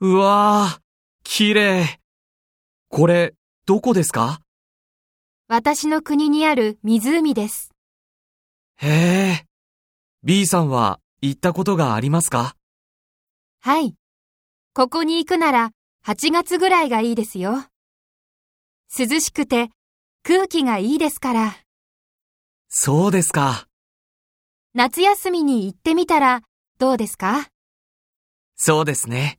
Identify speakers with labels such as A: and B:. A: うわぁ、綺麗。これ、どこですか
B: 私の国にある湖です。
A: へえ。B さんは行ったことがありますか
B: はい。ここに行くなら8月ぐらいがいいですよ。涼しくて空気がいいですから、
A: そうですか。
B: 夏休みに行ってみたらどうですか
A: そうですね。